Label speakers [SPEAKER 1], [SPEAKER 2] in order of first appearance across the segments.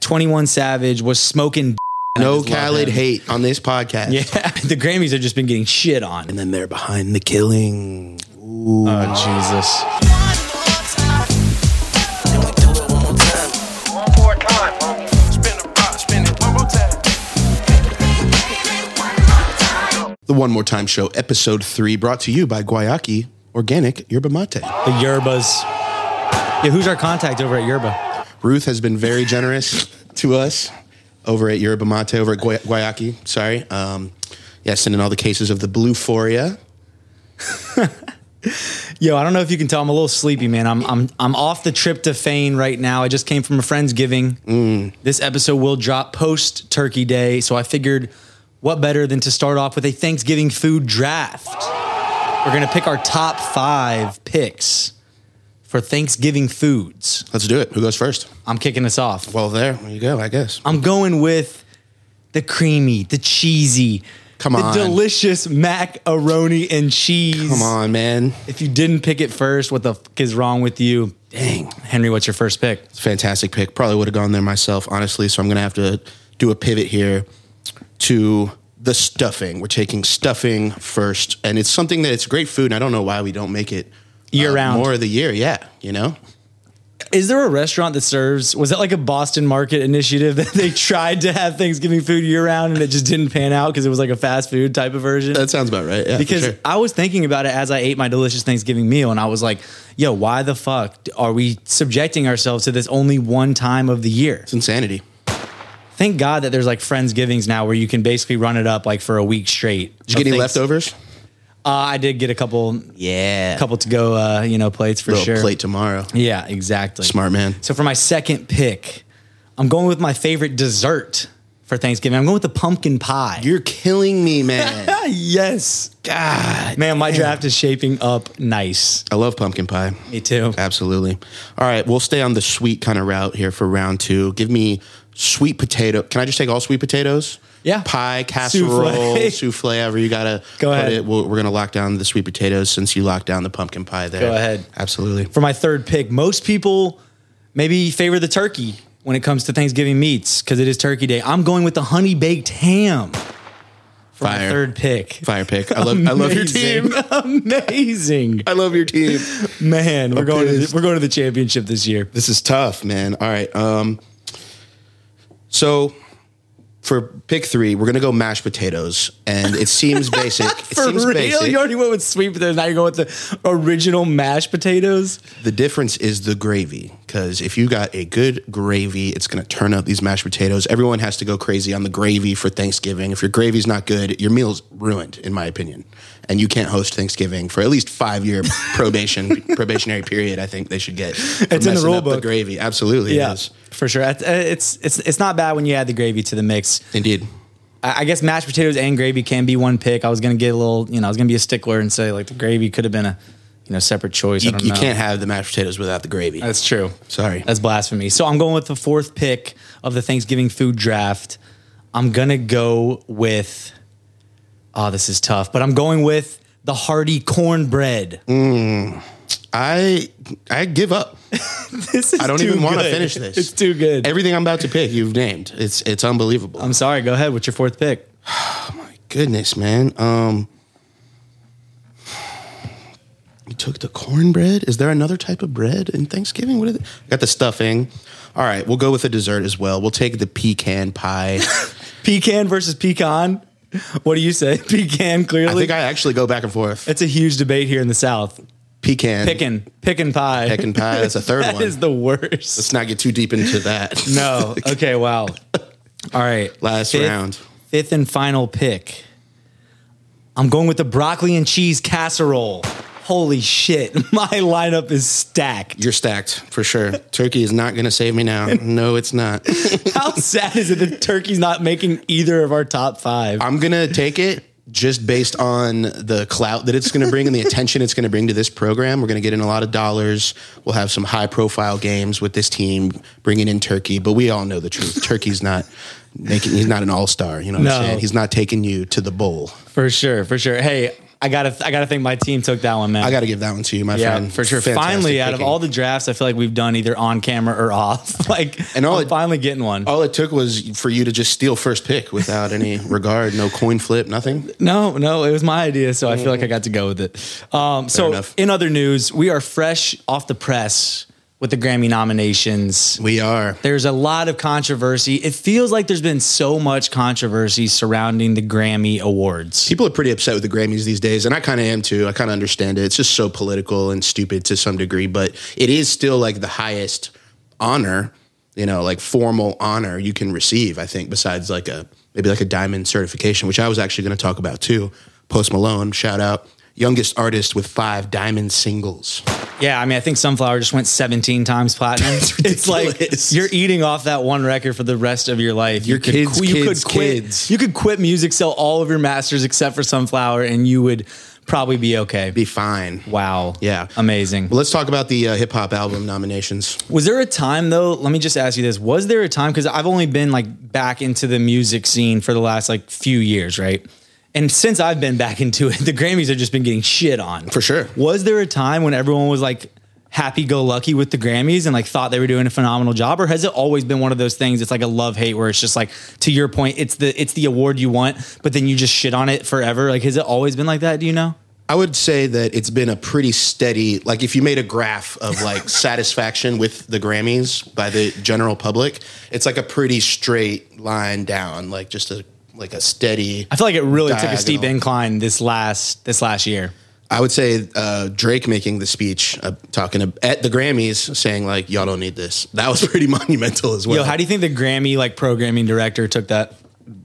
[SPEAKER 1] 21 Savage was smoking. and I
[SPEAKER 2] No
[SPEAKER 1] just love
[SPEAKER 2] Khaled
[SPEAKER 1] him.
[SPEAKER 2] hate on this podcast.
[SPEAKER 1] Yeah, the Grammys have just been getting shit on.
[SPEAKER 2] And then they're behind the killing. Ooh.
[SPEAKER 1] Oh Jesus!
[SPEAKER 3] One more time, homie. Spin the rock, spin it one more time.
[SPEAKER 2] the One More Time Show, episode three, brought to you by Guayaki Organic Yerba Mate.
[SPEAKER 1] The Yerbas. Yeah, who's our contact over at Yerba?
[SPEAKER 2] Ruth has been very generous to us over at Yerba Mate, over at Guay- Guayaki. Sorry. Um, yeah, sending all the cases of the Blue Foria.
[SPEAKER 1] Yo, I don't know if you can tell, I'm a little sleepy, man. I'm I'm I'm off the trip to Fane right now. I just came from a friend's giving.
[SPEAKER 2] Mm.
[SPEAKER 1] This episode will drop post Turkey Day, so I figured, what better than to start off with a Thanksgiving food draft? We're gonna pick our top five picks for Thanksgiving foods.
[SPEAKER 2] Let's do it. Who goes first?
[SPEAKER 1] I'm kicking this off.
[SPEAKER 2] Well, there, there you go, I guess.
[SPEAKER 1] I'm going with the creamy, the cheesy,
[SPEAKER 2] Come
[SPEAKER 1] the
[SPEAKER 2] on.
[SPEAKER 1] delicious macaroni and cheese.
[SPEAKER 2] Come on, man.
[SPEAKER 1] If you didn't pick it first, what the fuck is wrong with you?
[SPEAKER 2] Dang.
[SPEAKER 1] Henry, what's your first pick?
[SPEAKER 2] fantastic pick. Probably would have gone there myself, honestly. So I'm going to have to do a pivot here to the stuffing. We're taking stuffing first, and it's something that it's great food. And I don't know why we don't make it uh,
[SPEAKER 1] Year-round.
[SPEAKER 2] more of the year. Yeah, you know,
[SPEAKER 1] Is there a restaurant that serves? Was that like a Boston market initiative that they tried to have Thanksgiving food year round and it just didn't pan out because it was like a fast food type of version?
[SPEAKER 2] that sounds about right. Yeah, for
[SPEAKER 1] because
[SPEAKER 2] sure.
[SPEAKER 1] I was thinking about it as I ate my delicious Thanksgiving meal, and I was like, "Yo, why the fuck are we subjecting ourselves to this only one time of the year?"
[SPEAKER 2] it's insanity.
[SPEAKER 1] Thank God that there's like Friendsgivings now where you can basically run it up like for a week straight.
[SPEAKER 2] Did you get any leftovers?
[SPEAKER 1] Uh, I did get a couple,
[SPEAKER 2] Yeah,
[SPEAKER 1] couple to go, uh, you know, plates for
[SPEAKER 2] little
[SPEAKER 1] sure.
[SPEAKER 2] plate tomorrow.
[SPEAKER 1] Yeah, exactly.
[SPEAKER 2] Smart man.
[SPEAKER 1] So for my second pick, I'm going with my favorite dessert for Thanksgiving. I'm going with the pumpkin pie.
[SPEAKER 2] You're killing me, man.
[SPEAKER 1] Ah, yes,
[SPEAKER 2] God,
[SPEAKER 1] man, my draft is shaping up nice.
[SPEAKER 2] I love pumpkin pie.
[SPEAKER 1] Me too.
[SPEAKER 2] Absolutely. All right, we'll stay on the sweet kind of route here for round two. Give me sweet potato. Can I just take all sweet potatoes?
[SPEAKER 1] Yeah.
[SPEAKER 2] Pie, casserole,
[SPEAKER 1] Souffle.
[SPEAKER 2] souffle, however you gotta
[SPEAKER 1] Go
[SPEAKER 2] put
[SPEAKER 1] ahead.
[SPEAKER 2] it. We'll, we're gonna lock down the sweet potatoes since you locked down the pumpkin pie there.
[SPEAKER 1] Go ahead.
[SPEAKER 2] Absolutely.
[SPEAKER 1] for my third pick. Most people maybe favor the turkey when it comes to Thanksgiving meats because it is Turkey Day. I'm going with the honey baked ham for my
[SPEAKER 2] Fire.
[SPEAKER 1] third pick.
[SPEAKER 2] Fire pick. I love. I love your
[SPEAKER 1] Amazing.
[SPEAKER 2] team.
[SPEAKER 1] Amazing,
[SPEAKER 2] I love your team.
[SPEAKER 1] man. We're going. To the,
[SPEAKER 2] pissed.
[SPEAKER 1] we're going to the championship this year.
[SPEAKER 2] This is tough, man. All right. Um, so for pick three, we're gonna go mashed potatoes, and it seems basic. it
[SPEAKER 1] For
[SPEAKER 2] seems
[SPEAKER 1] real,
[SPEAKER 2] basic.
[SPEAKER 1] you already went with sweet potatoes. Now you're going with the original mashed potatoes.
[SPEAKER 2] The difference is the gravy, because if you got a good gravy, it's going to turn up these mashed potatoes. Everyone has to go crazy on the gravy for Thanksgiving. If your gravy's not good, your meal's ruined, in my opinion. And you can't host Thanksgiving for at least five year probation probationary period. I think they should get. for
[SPEAKER 1] It's in the
[SPEAKER 2] messing
[SPEAKER 1] rule
[SPEAKER 2] up The
[SPEAKER 1] book.
[SPEAKER 2] gravy, absolutely.
[SPEAKER 1] Yeah,
[SPEAKER 2] It is.
[SPEAKER 1] for sure. It's it's it's- it's not bad when you add the gravy to the mix.
[SPEAKER 2] indeed.
[SPEAKER 1] I I guess mashed potatoes and gravy can be one pick. I was gonna get a little, you know, I was gonna be a stickler and say like the gravy could have been a, you know, separate choice. I
[SPEAKER 2] You,
[SPEAKER 1] don't
[SPEAKER 2] you
[SPEAKER 1] know.
[SPEAKER 2] can't have the mashed potatoes without the gravy.
[SPEAKER 1] That's true.
[SPEAKER 2] Sorry.
[SPEAKER 1] That's blasphemy. So I'm going with the fourth pick of the Thanksgiving food draft. I'm gonna go with. Oh, this is tough, but I'm going with the hearty cornbread.
[SPEAKER 2] Mm. I I give up.
[SPEAKER 1] This is
[SPEAKER 2] I don't
[SPEAKER 1] too
[SPEAKER 2] even want to
[SPEAKER 1] good.
[SPEAKER 2] finish this.
[SPEAKER 1] It's too good.
[SPEAKER 2] Everything I'm about to pick, you've named. It's it's unbelievable.
[SPEAKER 1] I'm sorry. Go ahead. What's your fourth pick?
[SPEAKER 2] Goodness, man. Um, you took the cornbread. Is there another type of bread in Thanksgiving? What is it? Got the stuffing. All right, we'll go with the dessert as well. We'll take the pecan pie.
[SPEAKER 1] Pecan versus pecan. What do you say? Pecan
[SPEAKER 2] I
[SPEAKER 1] clearly.
[SPEAKER 2] think I actually go back and forth.
[SPEAKER 1] it's a huge debate here in the South.
[SPEAKER 2] Pecan,
[SPEAKER 1] Pickin', pickin' pie.
[SPEAKER 2] pecan pie. That's a third
[SPEAKER 1] That
[SPEAKER 2] one.
[SPEAKER 1] is the worst.
[SPEAKER 2] Let's not get too deep into that.
[SPEAKER 1] No. Okay. Wow. All right.
[SPEAKER 2] Last
[SPEAKER 1] Fifth-
[SPEAKER 2] round.
[SPEAKER 1] Fifth and final pick. I'm going with the broccoli and cheese casserole. Holy shit. My lineup is stacked.
[SPEAKER 2] You're stacked for sure. Turkey is not going to save me now. No, it's not.
[SPEAKER 1] How sad is it that turkey's not making either of our top five?
[SPEAKER 2] I'm gonna take it just based on the clout that it's gonna bring and the attention it's gonna bring to this program. We're gonna get in a lot of dollars. We'll have some high profile games with this team bringing in Turkey, but we all know the truth. Turkey's not making. He's not an all star. You know what
[SPEAKER 1] No.
[SPEAKER 2] I'm saying? He's not taking you to the bowl.
[SPEAKER 1] For sure. For sure. Hey, I gotta I gotta think my team took that one, man.
[SPEAKER 2] I got to give that one to you, my
[SPEAKER 1] yeah,
[SPEAKER 2] friend.
[SPEAKER 1] for sure.
[SPEAKER 2] Fantastic
[SPEAKER 1] finally, out of
[SPEAKER 2] picking.
[SPEAKER 1] all the drafts, I feel like we've done either on camera or off. like,
[SPEAKER 2] And
[SPEAKER 1] and
[SPEAKER 2] all
[SPEAKER 1] all
[SPEAKER 2] it-
[SPEAKER 1] finally getting one.
[SPEAKER 2] all it took was for you to just steal first pick without any regard, no coin flip, nothing.
[SPEAKER 1] No, no, it was my idea, so I feel like I got to go with it. Um, so,
[SPEAKER 2] Mm-hmm. enough.
[SPEAKER 1] in other news, we are fresh off the press with the Grammy nominations.
[SPEAKER 2] We are.
[SPEAKER 1] There's a lot of controversy. It feels like there's been so much controversy surrounding the Grammy Awards.
[SPEAKER 2] People are pretty upset with the Grammys these days, and I kind of am too. I kind of understand it. It's just so political and stupid to some degree, but it is still like the highest honor, you know, like formal honor you can receive, I think, besides like a maybe like a diamond certification, which I was actually going to talk about too. Post Malone, shout out, youngest artist with five diamond singles.
[SPEAKER 1] Yeah, I mean, I think Sunflower just went 17 times platinum. it's like
[SPEAKER 2] ridiculous.
[SPEAKER 1] you're eating off that one record for the rest of your life.
[SPEAKER 2] Your kids,
[SPEAKER 1] qu-
[SPEAKER 2] kids,
[SPEAKER 1] quit,
[SPEAKER 2] kids.
[SPEAKER 1] You could quit music, sell all of your masters except for Sunflower, and you would probably be okay.
[SPEAKER 2] Be fine.
[SPEAKER 1] wow.
[SPEAKER 2] Yeah.
[SPEAKER 1] Amazing.
[SPEAKER 2] Well, let's talk about the uh, hip hop album nominations.
[SPEAKER 1] Was there a time though? Let me just ask you this: Was there a time because I've only been like back into the music scene for the last like few years, right? And since I've been back into it, the Grammys have just been getting shit on
[SPEAKER 2] For sure.
[SPEAKER 1] Was there a time when everyone was like happy go lucky with the Grammys and like thought they were doing a phenomenal job, or has it always been one of those things? It's like a love hate where it's just like to your point, it's the it's the award you want, but then you just shit on it forever. Like, has it always been like that? Do you know?
[SPEAKER 2] I would say that it's been a pretty steady, like if you made a graph of like satisfaction with the Grammys by the general public, it's like a pretty straight line down, like just a like a steady.
[SPEAKER 1] I feel like it really took a steep
[SPEAKER 2] Diagonal.
[SPEAKER 1] incline this last this last year.
[SPEAKER 2] I would say uh, Drake making the speech, uh, talking ab- at the Grammys, saying like y'all don't need this. That was pretty monumental as well.
[SPEAKER 1] Yo, how do you think the Grammy like programming director took that?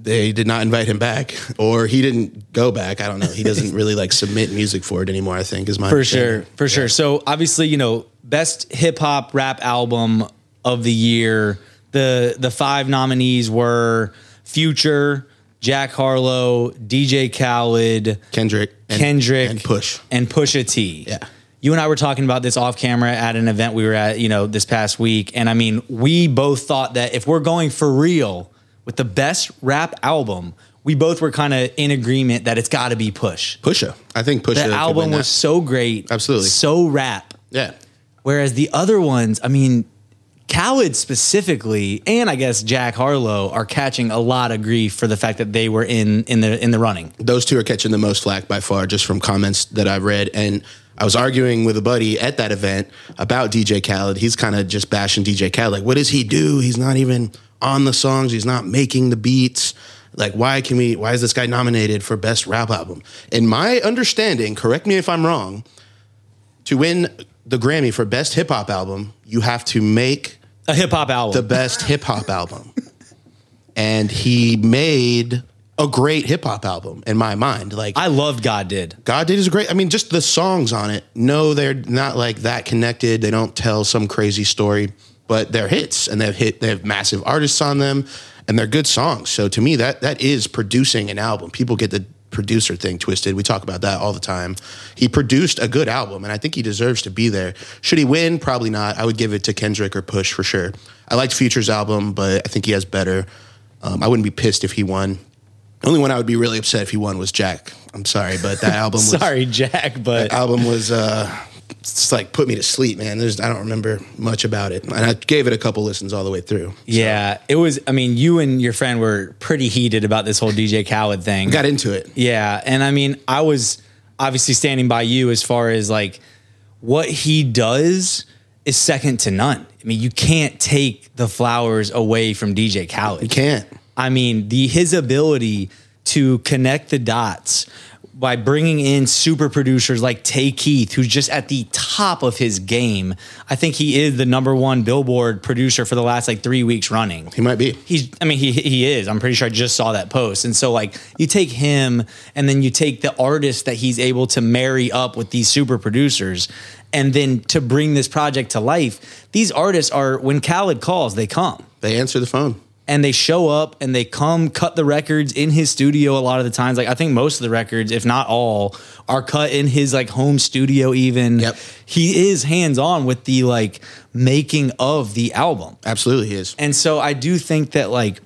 [SPEAKER 2] they did not invite him back, or he didn't go back. I don't know. He doesn't really like submit music for it anymore. I think is my
[SPEAKER 1] For
[SPEAKER 2] understanding.
[SPEAKER 1] sure, for sure. So obviously, you know, best hip hop rap album of the year. The the five nominees were Future, Jack Harlow, DJ Khaled,
[SPEAKER 2] Kendrick, and,
[SPEAKER 1] Kendrick,
[SPEAKER 2] and Push.
[SPEAKER 1] and Pusha T.
[SPEAKER 2] Yeah.
[SPEAKER 1] You and I were talking about this off camera at an event we were at, you know, this past week, and I mean, we both thought that if we're going for real with the best rap album, we both were kind of in agreement that it's got to be Push.
[SPEAKER 2] Pusha. I think Pusha.
[SPEAKER 1] The
[SPEAKER 2] could
[SPEAKER 1] album
[SPEAKER 2] win that.
[SPEAKER 1] was so great,
[SPEAKER 2] Absolutely.
[SPEAKER 1] so rap.
[SPEAKER 2] yeah.
[SPEAKER 1] Whereas the other ones, I mean, Khaled specifically, and I guess Jack Harlow are catching a lot of grief for the fact that they were in in the in the running.
[SPEAKER 2] Those two are catching the most flack by far, just from comments that I've read. And I was arguing with a buddy at that event about DJ Khaled. He's kind of just bashing DJ Khaled. Like, what does he do? He's not even on the songs. He's not making the beats. Like, why can we? Why is this guy nominated for best rap album? In my understanding, correct me if I'm wrong. To win the Grammy for best hip hop album, you have to make
[SPEAKER 1] A hip hop
[SPEAKER 2] the
[SPEAKER 1] album.
[SPEAKER 2] best hip hop album. And he made a great hip hop album in my mind. Like
[SPEAKER 1] I loved God did.
[SPEAKER 2] God did is great. I mean, just the songs on it. No, they're not like that connected. They don't tell some crazy story, but they're hits and they've hit they have massive artists on them and they're good songs. So to me that that is producing an album. People get the producer thing twisted. We talk about that all the time. He produced a good album and I think he deserves to be there. Should he win? Probably not. I would give it to Kendrick or Push for sure. I liked Future's album, but I think he has better. Um, I wouldn't be pissed if he won. The only one I would be really upset if he won was Jack. I'm sorry, but that album was
[SPEAKER 1] Sorry, Jack, but
[SPEAKER 2] album was uh it's like put me to sleep, man. There's I don't remember much about it. And I gave it a couple listens all the way through.
[SPEAKER 1] yeah, it was. I mean, you and your friend were pretty heated about this whole DJ Khaled thing.
[SPEAKER 2] Got into it.
[SPEAKER 1] Yeah, and I mean, I was obviously standing by you as far as like what he does is second to none. I mean, you can't take the flowers away from DJ Khaled. You
[SPEAKER 2] Can't.
[SPEAKER 1] I mean, the his ability to connect the dots by bringing in super producers like Tay Keith, who's just at the top of his game. I think he is the number one Billboard producer for the last like three weeks running
[SPEAKER 2] He might be.
[SPEAKER 1] he's i mean he he is i'm pretty sure i just saw that post and so like you take him and then you take the artist that he's able to marry up with these super producers and then to bring this project to life these artists are when khaled calls they come
[SPEAKER 2] They answer the phone.
[SPEAKER 1] and they show up and they come cut the records in his studio a lot of the times like i think most of the records if not all are cut in his like home studio even
[SPEAKER 2] Yep.
[SPEAKER 1] he is hands on with the like making of the album
[SPEAKER 2] Absolutely he is.
[SPEAKER 1] and so I do think that like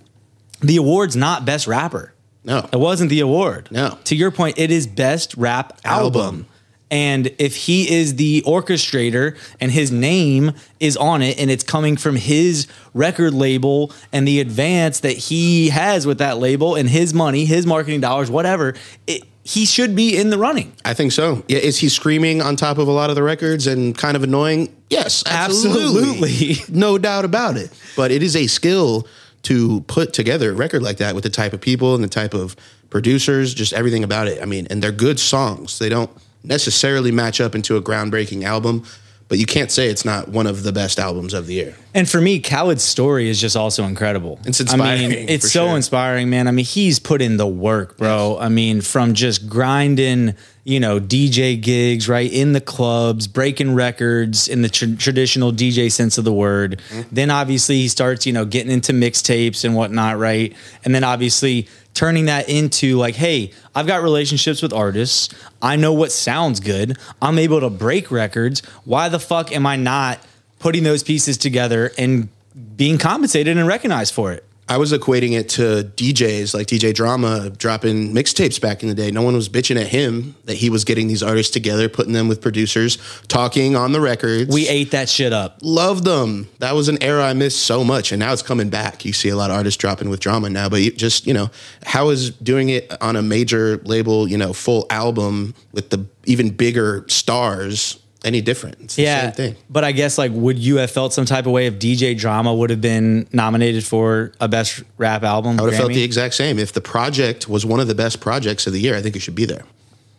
[SPEAKER 1] the award's not best rapper.
[SPEAKER 2] No.
[SPEAKER 1] It wasn't the award.
[SPEAKER 2] No.
[SPEAKER 1] To your point, it is best rap album.
[SPEAKER 2] Album.
[SPEAKER 1] And if he is the orchestrator and his name is on it and it's coming from his record label and the advance that he has with that label and his money, his marketing dollars, whatever, it, he should be in the running.
[SPEAKER 2] I think so. Yeah, is he screaming on top of a lot of the records and kind of annoying? Yes, absolutely.
[SPEAKER 1] Absolutely.
[SPEAKER 2] no doubt about it. But it is a skill to put together a record like that with the type of people and the type of producers, just everything about it. I mean, and they're good songs. They don't necessarily match up into a groundbreaking album, but you can't say it's not one of the best albums of the year.
[SPEAKER 1] And for me, Khaled's story is just also incredible.
[SPEAKER 2] It's
[SPEAKER 1] I
[SPEAKER 2] inspiring,
[SPEAKER 1] mean, it's
[SPEAKER 2] for
[SPEAKER 1] so
[SPEAKER 2] sure.
[SPEAKER 1] inspiring, man. I mean, he's put in the work, bro. I mean, from just grinding, you know, DJ gigs, right, in the clubs, breaking records in the tr- traditional DJ sense of the word. Then obviously he starts, you know, getting into mixtapes and whatnot, right? And then obviously turning that into like, hey, I've got relationships with artists. I know what sounds good. I'm able to break records. Why the fuck am I not? putting those pieces together and being compensated and recognized for it.
[SPEAKER 2] I was equating it to DJs like DJ Drama dropping mixtapes back in the day. No one was bitching at him that he was getting these artists together, putting them with producers, talking on the records.
[SPEAKER 1] We ate that shit up.
[SPEAKER 2] loved them. That was an era I missed so much, and now it's coming back. You see a lot of artists dropping with drama now, but you just you know how is doing it on a major label, you know, full album with the even bigger stars any different? It's the
[SPEAKER 1] yeah,
[SPEAKER 2] same thing.
[SPEAKER 1] but I guess like, would you have felt some type of way if DJ Drama would have been nominated for a best rap album?
[SPEAKER 2] I would have felt
[SPEAKER 1] Grammy?
[SPEAKER 2] the exact same if the project was one of the best projects of the year. I think it should be there.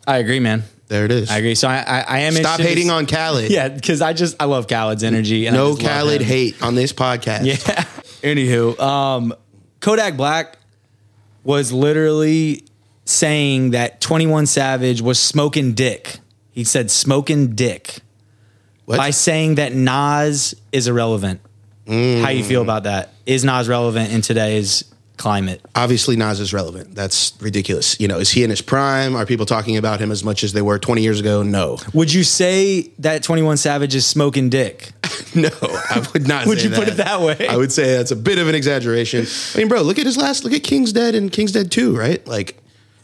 [SPEAKER 1] I agree, man.
[SPEAKER 2] There it is.
[SPEAKER 1] I agree. So I, I, I am.
[SPEAKER 2] Stop
[SPEAKER 1] interested to
[SPEAKER 2] hating
[SPEAKER 1] s-
[SPEAKER 2] on Khaled.
[SPEAKER 1] Yeah, because I just I love Khaled's energy. And I
[SPEAKER 2] No
[SPEAKER 1] just love
[SPEAKER 2] Khaled
[SPEAKER 1] him.
[SPEAKER 2] hate on this podcast.
[SPEAKER 1] Yeah. Anywho, um, Kodak Black was literally saying that 21 Savage was smoking dick. He said smoking dick
[SPEAKER 2] What?
[SPEAKER 1] by saying that Nas is irrelevant. How you feel about that? Is Nas relevant in today's climate?
[SPEAKER 2] obviously Nas is relevant. That's ridiculous. You know, is he in his prime? Are people talking about him as much as they were 20 years ago? No.
[SPEAKER 1] Would you say that 21 Savage is smoking dick?
[SPEAKER 2] No, I would not.
[SPEAKER 1] Would
[SPEAKER 2] say
[SPEAKER 1] you put it that way?
[SPEAKER 2] I would say that's a bit of an exaggeration. I mean, bro, look at his last. Look at King's Dead and King's Dead Two, right? Like,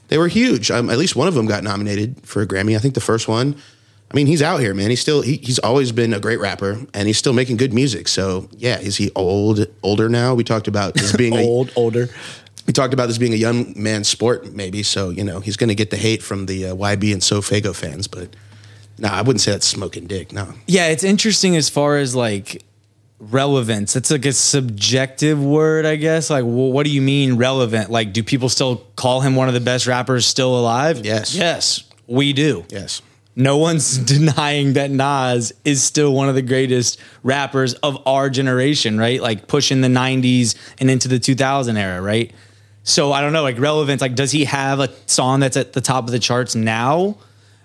[SPEAKER 2] they were huge. Um, at least one of them got nominated for a Grammy. I think the first one. I mean, he's out here, man. He's still he, he's always been a great rapper, and he's still making good music. So yeah, is he old? Older now? We talked about this being a-
[SPEAKER 1] Old, older.
[SPEAKER 2] we talked about this being a young man's sport, maybe. So you know he's going to get the hate from the uh, YB and Sofago fans, but. No, I wouldn't say that's smoking dick. No,
[SPEAKER 1] Yeah, it's interesting as far as like relevance. It's like a subjective word, I guess. Like, well, what do you mean relevant? Like, do people still call him one of the best rappers still alive?
[SPEAKER 2] Yes.
[SPEAKER 1] Yes, we do.
[SPEAKER 2] yes.
[SPEAKER 1] No one's denying that Nas is still one of the greatest rappers of our generation, right? Like pushing the 90s and into the 2000 era, right? So I don't know, like relevance, like does he have a song that's at the top of the charts now?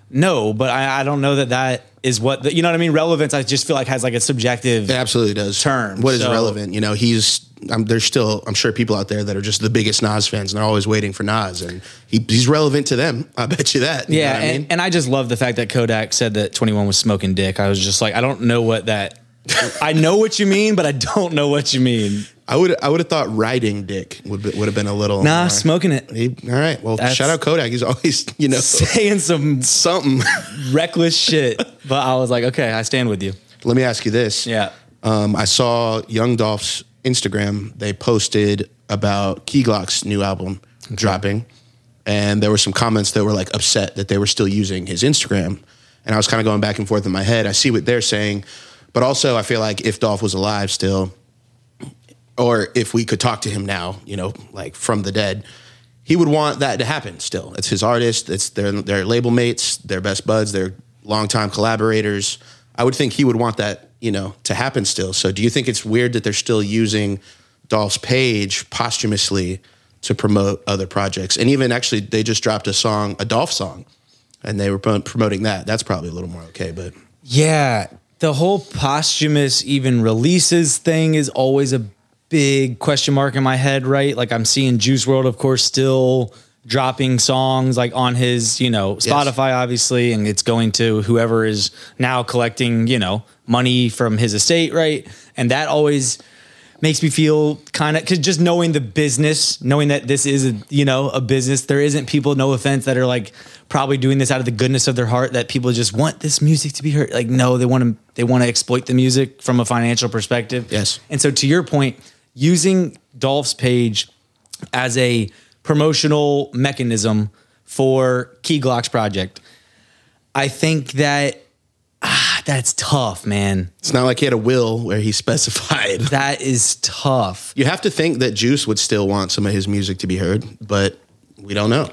[SPEAKER 1] No, but I, I don't know that that is what, the, you know what I mean? Relevance, I just feel like has like a subjective.
[SPEAKER 2] It absolutely does.
[SPEAKER 1] term,
[SPEAKER 2] What is
[SPEAKER 1] so-
[SPEAKER 2] relevant? You know, he's. I'm, there's still, I'm sure, people out there that are just the biggest Nas fans, and they're always waiting for Nas, and he, he's relevant to them. I bet you that. You know
[SPEAKER 1] Yeah,
[SPEAKER 2] what I
[SPEAKER 1] and,
[SPEAKER 2] mean?
[SPEAKER 1] and I just love the fact that Kodak said that 21 was smoking dick. I was just like, I don't know what that, I know what you mean, but I don't know what you mean.
[SPEAKER 2] I would, I would have thought riding dick would be, would have been a little.
[SPEAKER 1] Nah,
[SPEAKER 2] more-
[SPEAKER 1] smoking it.
[SPEAKER 2] He- all right. Well,
[SPEAKER 1] That's-
[SPEAKER 2] shout out Kodak. He's always, you know,
[SPEAKER 1] Saying some
[SPEAKER 2] something.
[SPEAKER 1] reckless shit. But I was like, okay, I stand with you.
[SPEAKER 2] Let me ask you this.
[SPEAKER 1] Yeah.
[SPEAKER 2] Um, I saw Young Dolph's Instagram. They posted about Key Glock's new album dropping, and there were some comments that were like upset that they were still using his Instagram. And I was kind of going back and forth in my head. I see what they're saying, but also I feel like if Dolph was alive still, or if we could talk to him now, you know, like from the dead, he would want that to happen still. It's his artist, it's their their label mates, their best buds, their longtime collaborators. I would think he would want that, you know, to happen still. So do you think it's weird that they're still using Dolph's page posthumously to promote other projects? And even actually they just dropped a song, a Dolph song, and they were pro- promoting that. That's probably a little more okay, but
[SPEAKER 1] Yeah. The whole posthumous even releases thing is always a big question mark in my head, right? Like I'm seeing Juice World, of course, still dropping songs like on his, you know, Spotify, obviously, and it's going to whoever is now collecting, you know, money from his estate, right? And that always makes me feel kind of because just knowing the business, knowing that this is a, you know a business. There isn't people, no offense, that are like probably doing this out of the goodness of their heart. That people just want this music to be heard. Like no, they want to they want to exploit the music from a financial perspective.
[SPEAKER 2] Yes.
[SPEAKER 1] And so to your point, using Dolph's page as a promotional mechanism for Key Glock's project, I think that ah, that's tough, man.
[SPEAKER 2] It's not like he had a will where he specified.
[SPEAKER 1] That is tough.
[SPEAKER 2] You have to think that Juice would still want some of his music to be heard, but we don't know.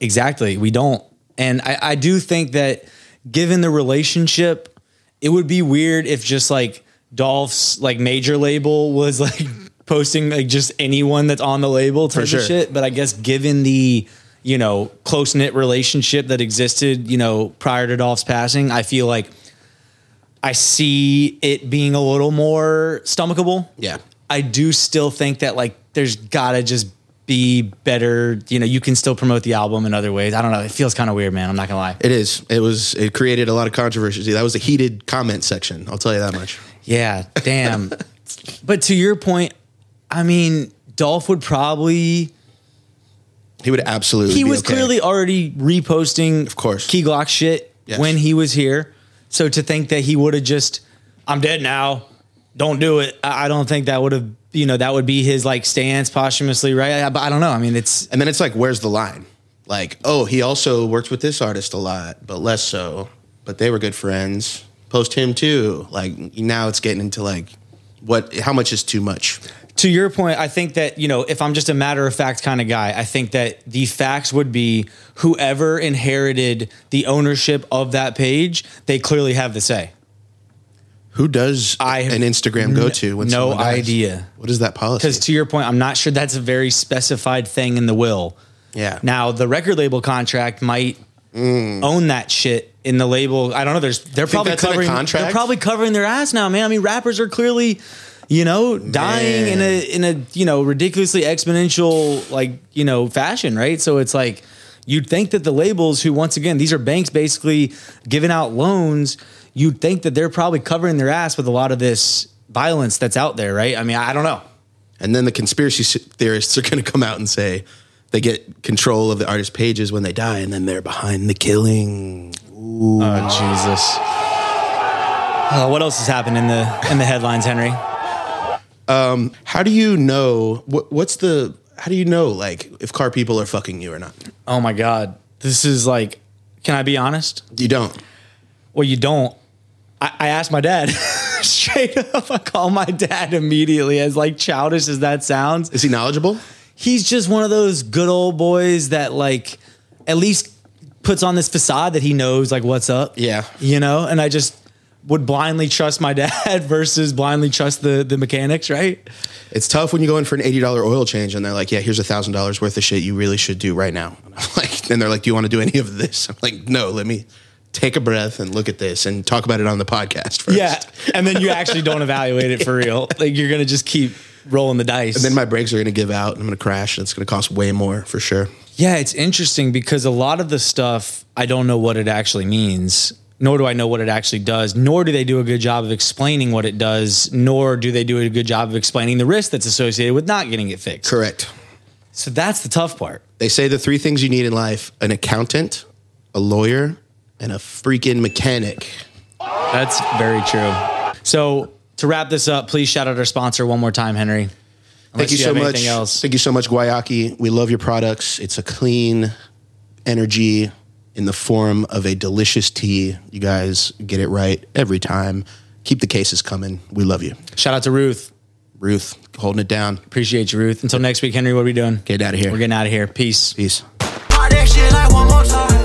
[SPEAKER 1] Exactly. We don't. And I, I do think that given the relationship, it would be weird if just like Dolph's like major label was like posting like just anyone that's on the label type
[SPEAKER 2] sure.
[SPEAKER 1] of shit. But I guess given the you know close knit relationship that existed, you know, prior to Dolph's passing, I feel like I see it being a little more stomachable.
[SPEAKER 2] Yeah.
[SPEAKER 1] I do still think that like there's gotta just be better. You know, you can still promote the album in other ways. I don't know. It feels kind of weird, man. I'm not gonna lie.
[SPEAKER 2] It is. It was. It created a lot of controversy. That was a heated comment section. I'll tell you that much.
[SPEAKER 1] Yeah, damn. but to your point, I mean, Dolph would probably
[SPEAKER 2] He would absolutely.
[SPEAKER 1] he
[SPEAKER 2] be
[SPEAKER 1] was
[SPEAKER 2] okay.
[SPEAKER 1] clearly already reposting, of
[SPEAKER 2] course.
[SPEAKER 1] Key Glock shit
[SPEAKER 2] Yes.
[SPEAKER 1] when he was here. So to think that he would have just, I'm dead now, don't do it. I I don't think that would have, you know, that would be his like stance posthumously, right? I, but I don't know. I mean, it's
[SPEAKER 2] And then it's like, where's the line? Like, oh, he also worked with this artist a lot, but less so. But they were good friends. Post him too. Like now, it's getting into like, what? How much is too much?
[SPEAKER 1] to your point, I think that, you know, if I'm just a matter of fact kind of guy, I think that the facts would be whoever inherited the ownership of that page, they clearly have the say.
[SPEAKER 2] Who does
[SPEAKER 1] I have
[SPEAKER 2] an Instagram go to? When
[SPEAKER 1] no
[SPEAKER 2] someone dies?
[SPEAKER 1] idea.
[SPEAKER 2] What is that
[SPEAKER 1] Because
[SPEAKER 2] policy?
[SPEAKER 1] to your point, I'm not sure that's a very specified thing in the will.
[SPEAKER 2] Yeah. Mm.
[SPEAKER 1] Now, the record label contract might own that shit in the label. I don't know. There's they're probably
[SPEAKER 2] that's in a
[SPEAKER 1] covering
[SPEAKER 2] contract?
[SPEAKER 1] they're probably covering their ass now, man. I mean, rappers are clearly, you know, dying in a in a, you know, ridiculously exponential like, you know, fashion, right? So it's like you'd think that the labels who once again, these are banks basically giving out loans, you'd think that they're probably covering their ass with a lot of this violence that's out there, right? I mean, I I don't know.
[SPEAKER 2] And then the conspiracy s- theorists are going to come out and say they get control of the artist pages when they die, and then they're behind the killing.
[SPEAKER 1] Oh Jesus. Uh, what else has happened in the in the headlines, Henry?
[SPEAKER 2] How do you know? What, what's the? How do you know? Like if car people are fucking you or not?
[SPEAKER 1] Oh my God. This is like, can I be honest?
[SPEAKER 2] You don't.
[SPEAKER 1] Well, you don't. I, I asked my dad straight up. I call my dad immediately, as like childish as that sounds.
[SPEAKER 2] Is he knowledgeable?
[SPEAKER 1] He's just one of those good old boys that like at least puts on this facade that he knows like what's up.
[SPEAKER 2] Yeah.
[SPEAKER 1] You know, and I just would blindly trust my dad versus blindly trust the the mechanics, right?
[SPEAKER 2] It's tough when you go in for an eighty dollar oil change and they're like, "Yeah, here's a thousand dollars worth of shit you really should do right now." And I'm like, and they're like, "Do you want to do any of this?" I'm like, "No, let me take a breath and look at this and talk about it on the podcast first.
[SPEAKER 1] Yeah. And then you actually don't evaluate it for real. Like you're gonna just keep rolling the dice.
[SPEAKER 2] Then my brakes are going to give out and I'm going to crash and it's going to cost way more for sure.
[SPEAKER 1] Yeah, it's interesting because a lot of the stuff I don't know what it actually means, nor do I know what it actually does, nor do they do a good job of explaining what it does, nor do they do a good job of explaining the risk that's associated with not getting it fixed.
[SPEAKER 2] Correct.
[SPEAKER 1] So that's the tough part.
[SPEAKER 2] They say the three things you need in life: an accountant, a lawyer, and a freaking mechanic.
[SPEAKER 1] That's very true. So to wrap this up, please shout out our sponsor one more time, Henry.
[SPEAKER 2] Thank
[SPEAKER 1] Unless
[SPEAKER 2] you, so
[SPEAKER 1] have
[SPEAKER 2] much.
[SPEAKER 1] anything Else.
[SPEAKER 2] Thank you so much, Guayaki. We love your products. It's a clean energy in the form of a delicious tea. You guys get it right every time. Keep the cases coming. We love you.
[SPEAKER 1] Shout out to Ruth.
[SPEAKER 2] Ruth, holding it down.
[SPEAKER 1] Appreciate you, Ruth. Until next week, Henry, what are we doing?
[SPEAKER 2] Get out of here.
[SPEAKER 1] We're getting out of here. Peace.
[SPEAKER 2] Peace.
[SPEAKER 3] Pop that shit like one more time.